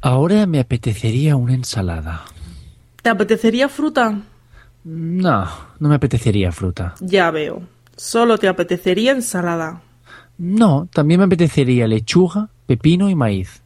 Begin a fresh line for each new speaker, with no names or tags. Ahora me apetecería una ensalada.
¿Te apetecería fruta?
No, no me apetecería fruta.
Ya veo. Solo te apetecería ensalada.
No, también me apetecería lechuga, pepino y maíz.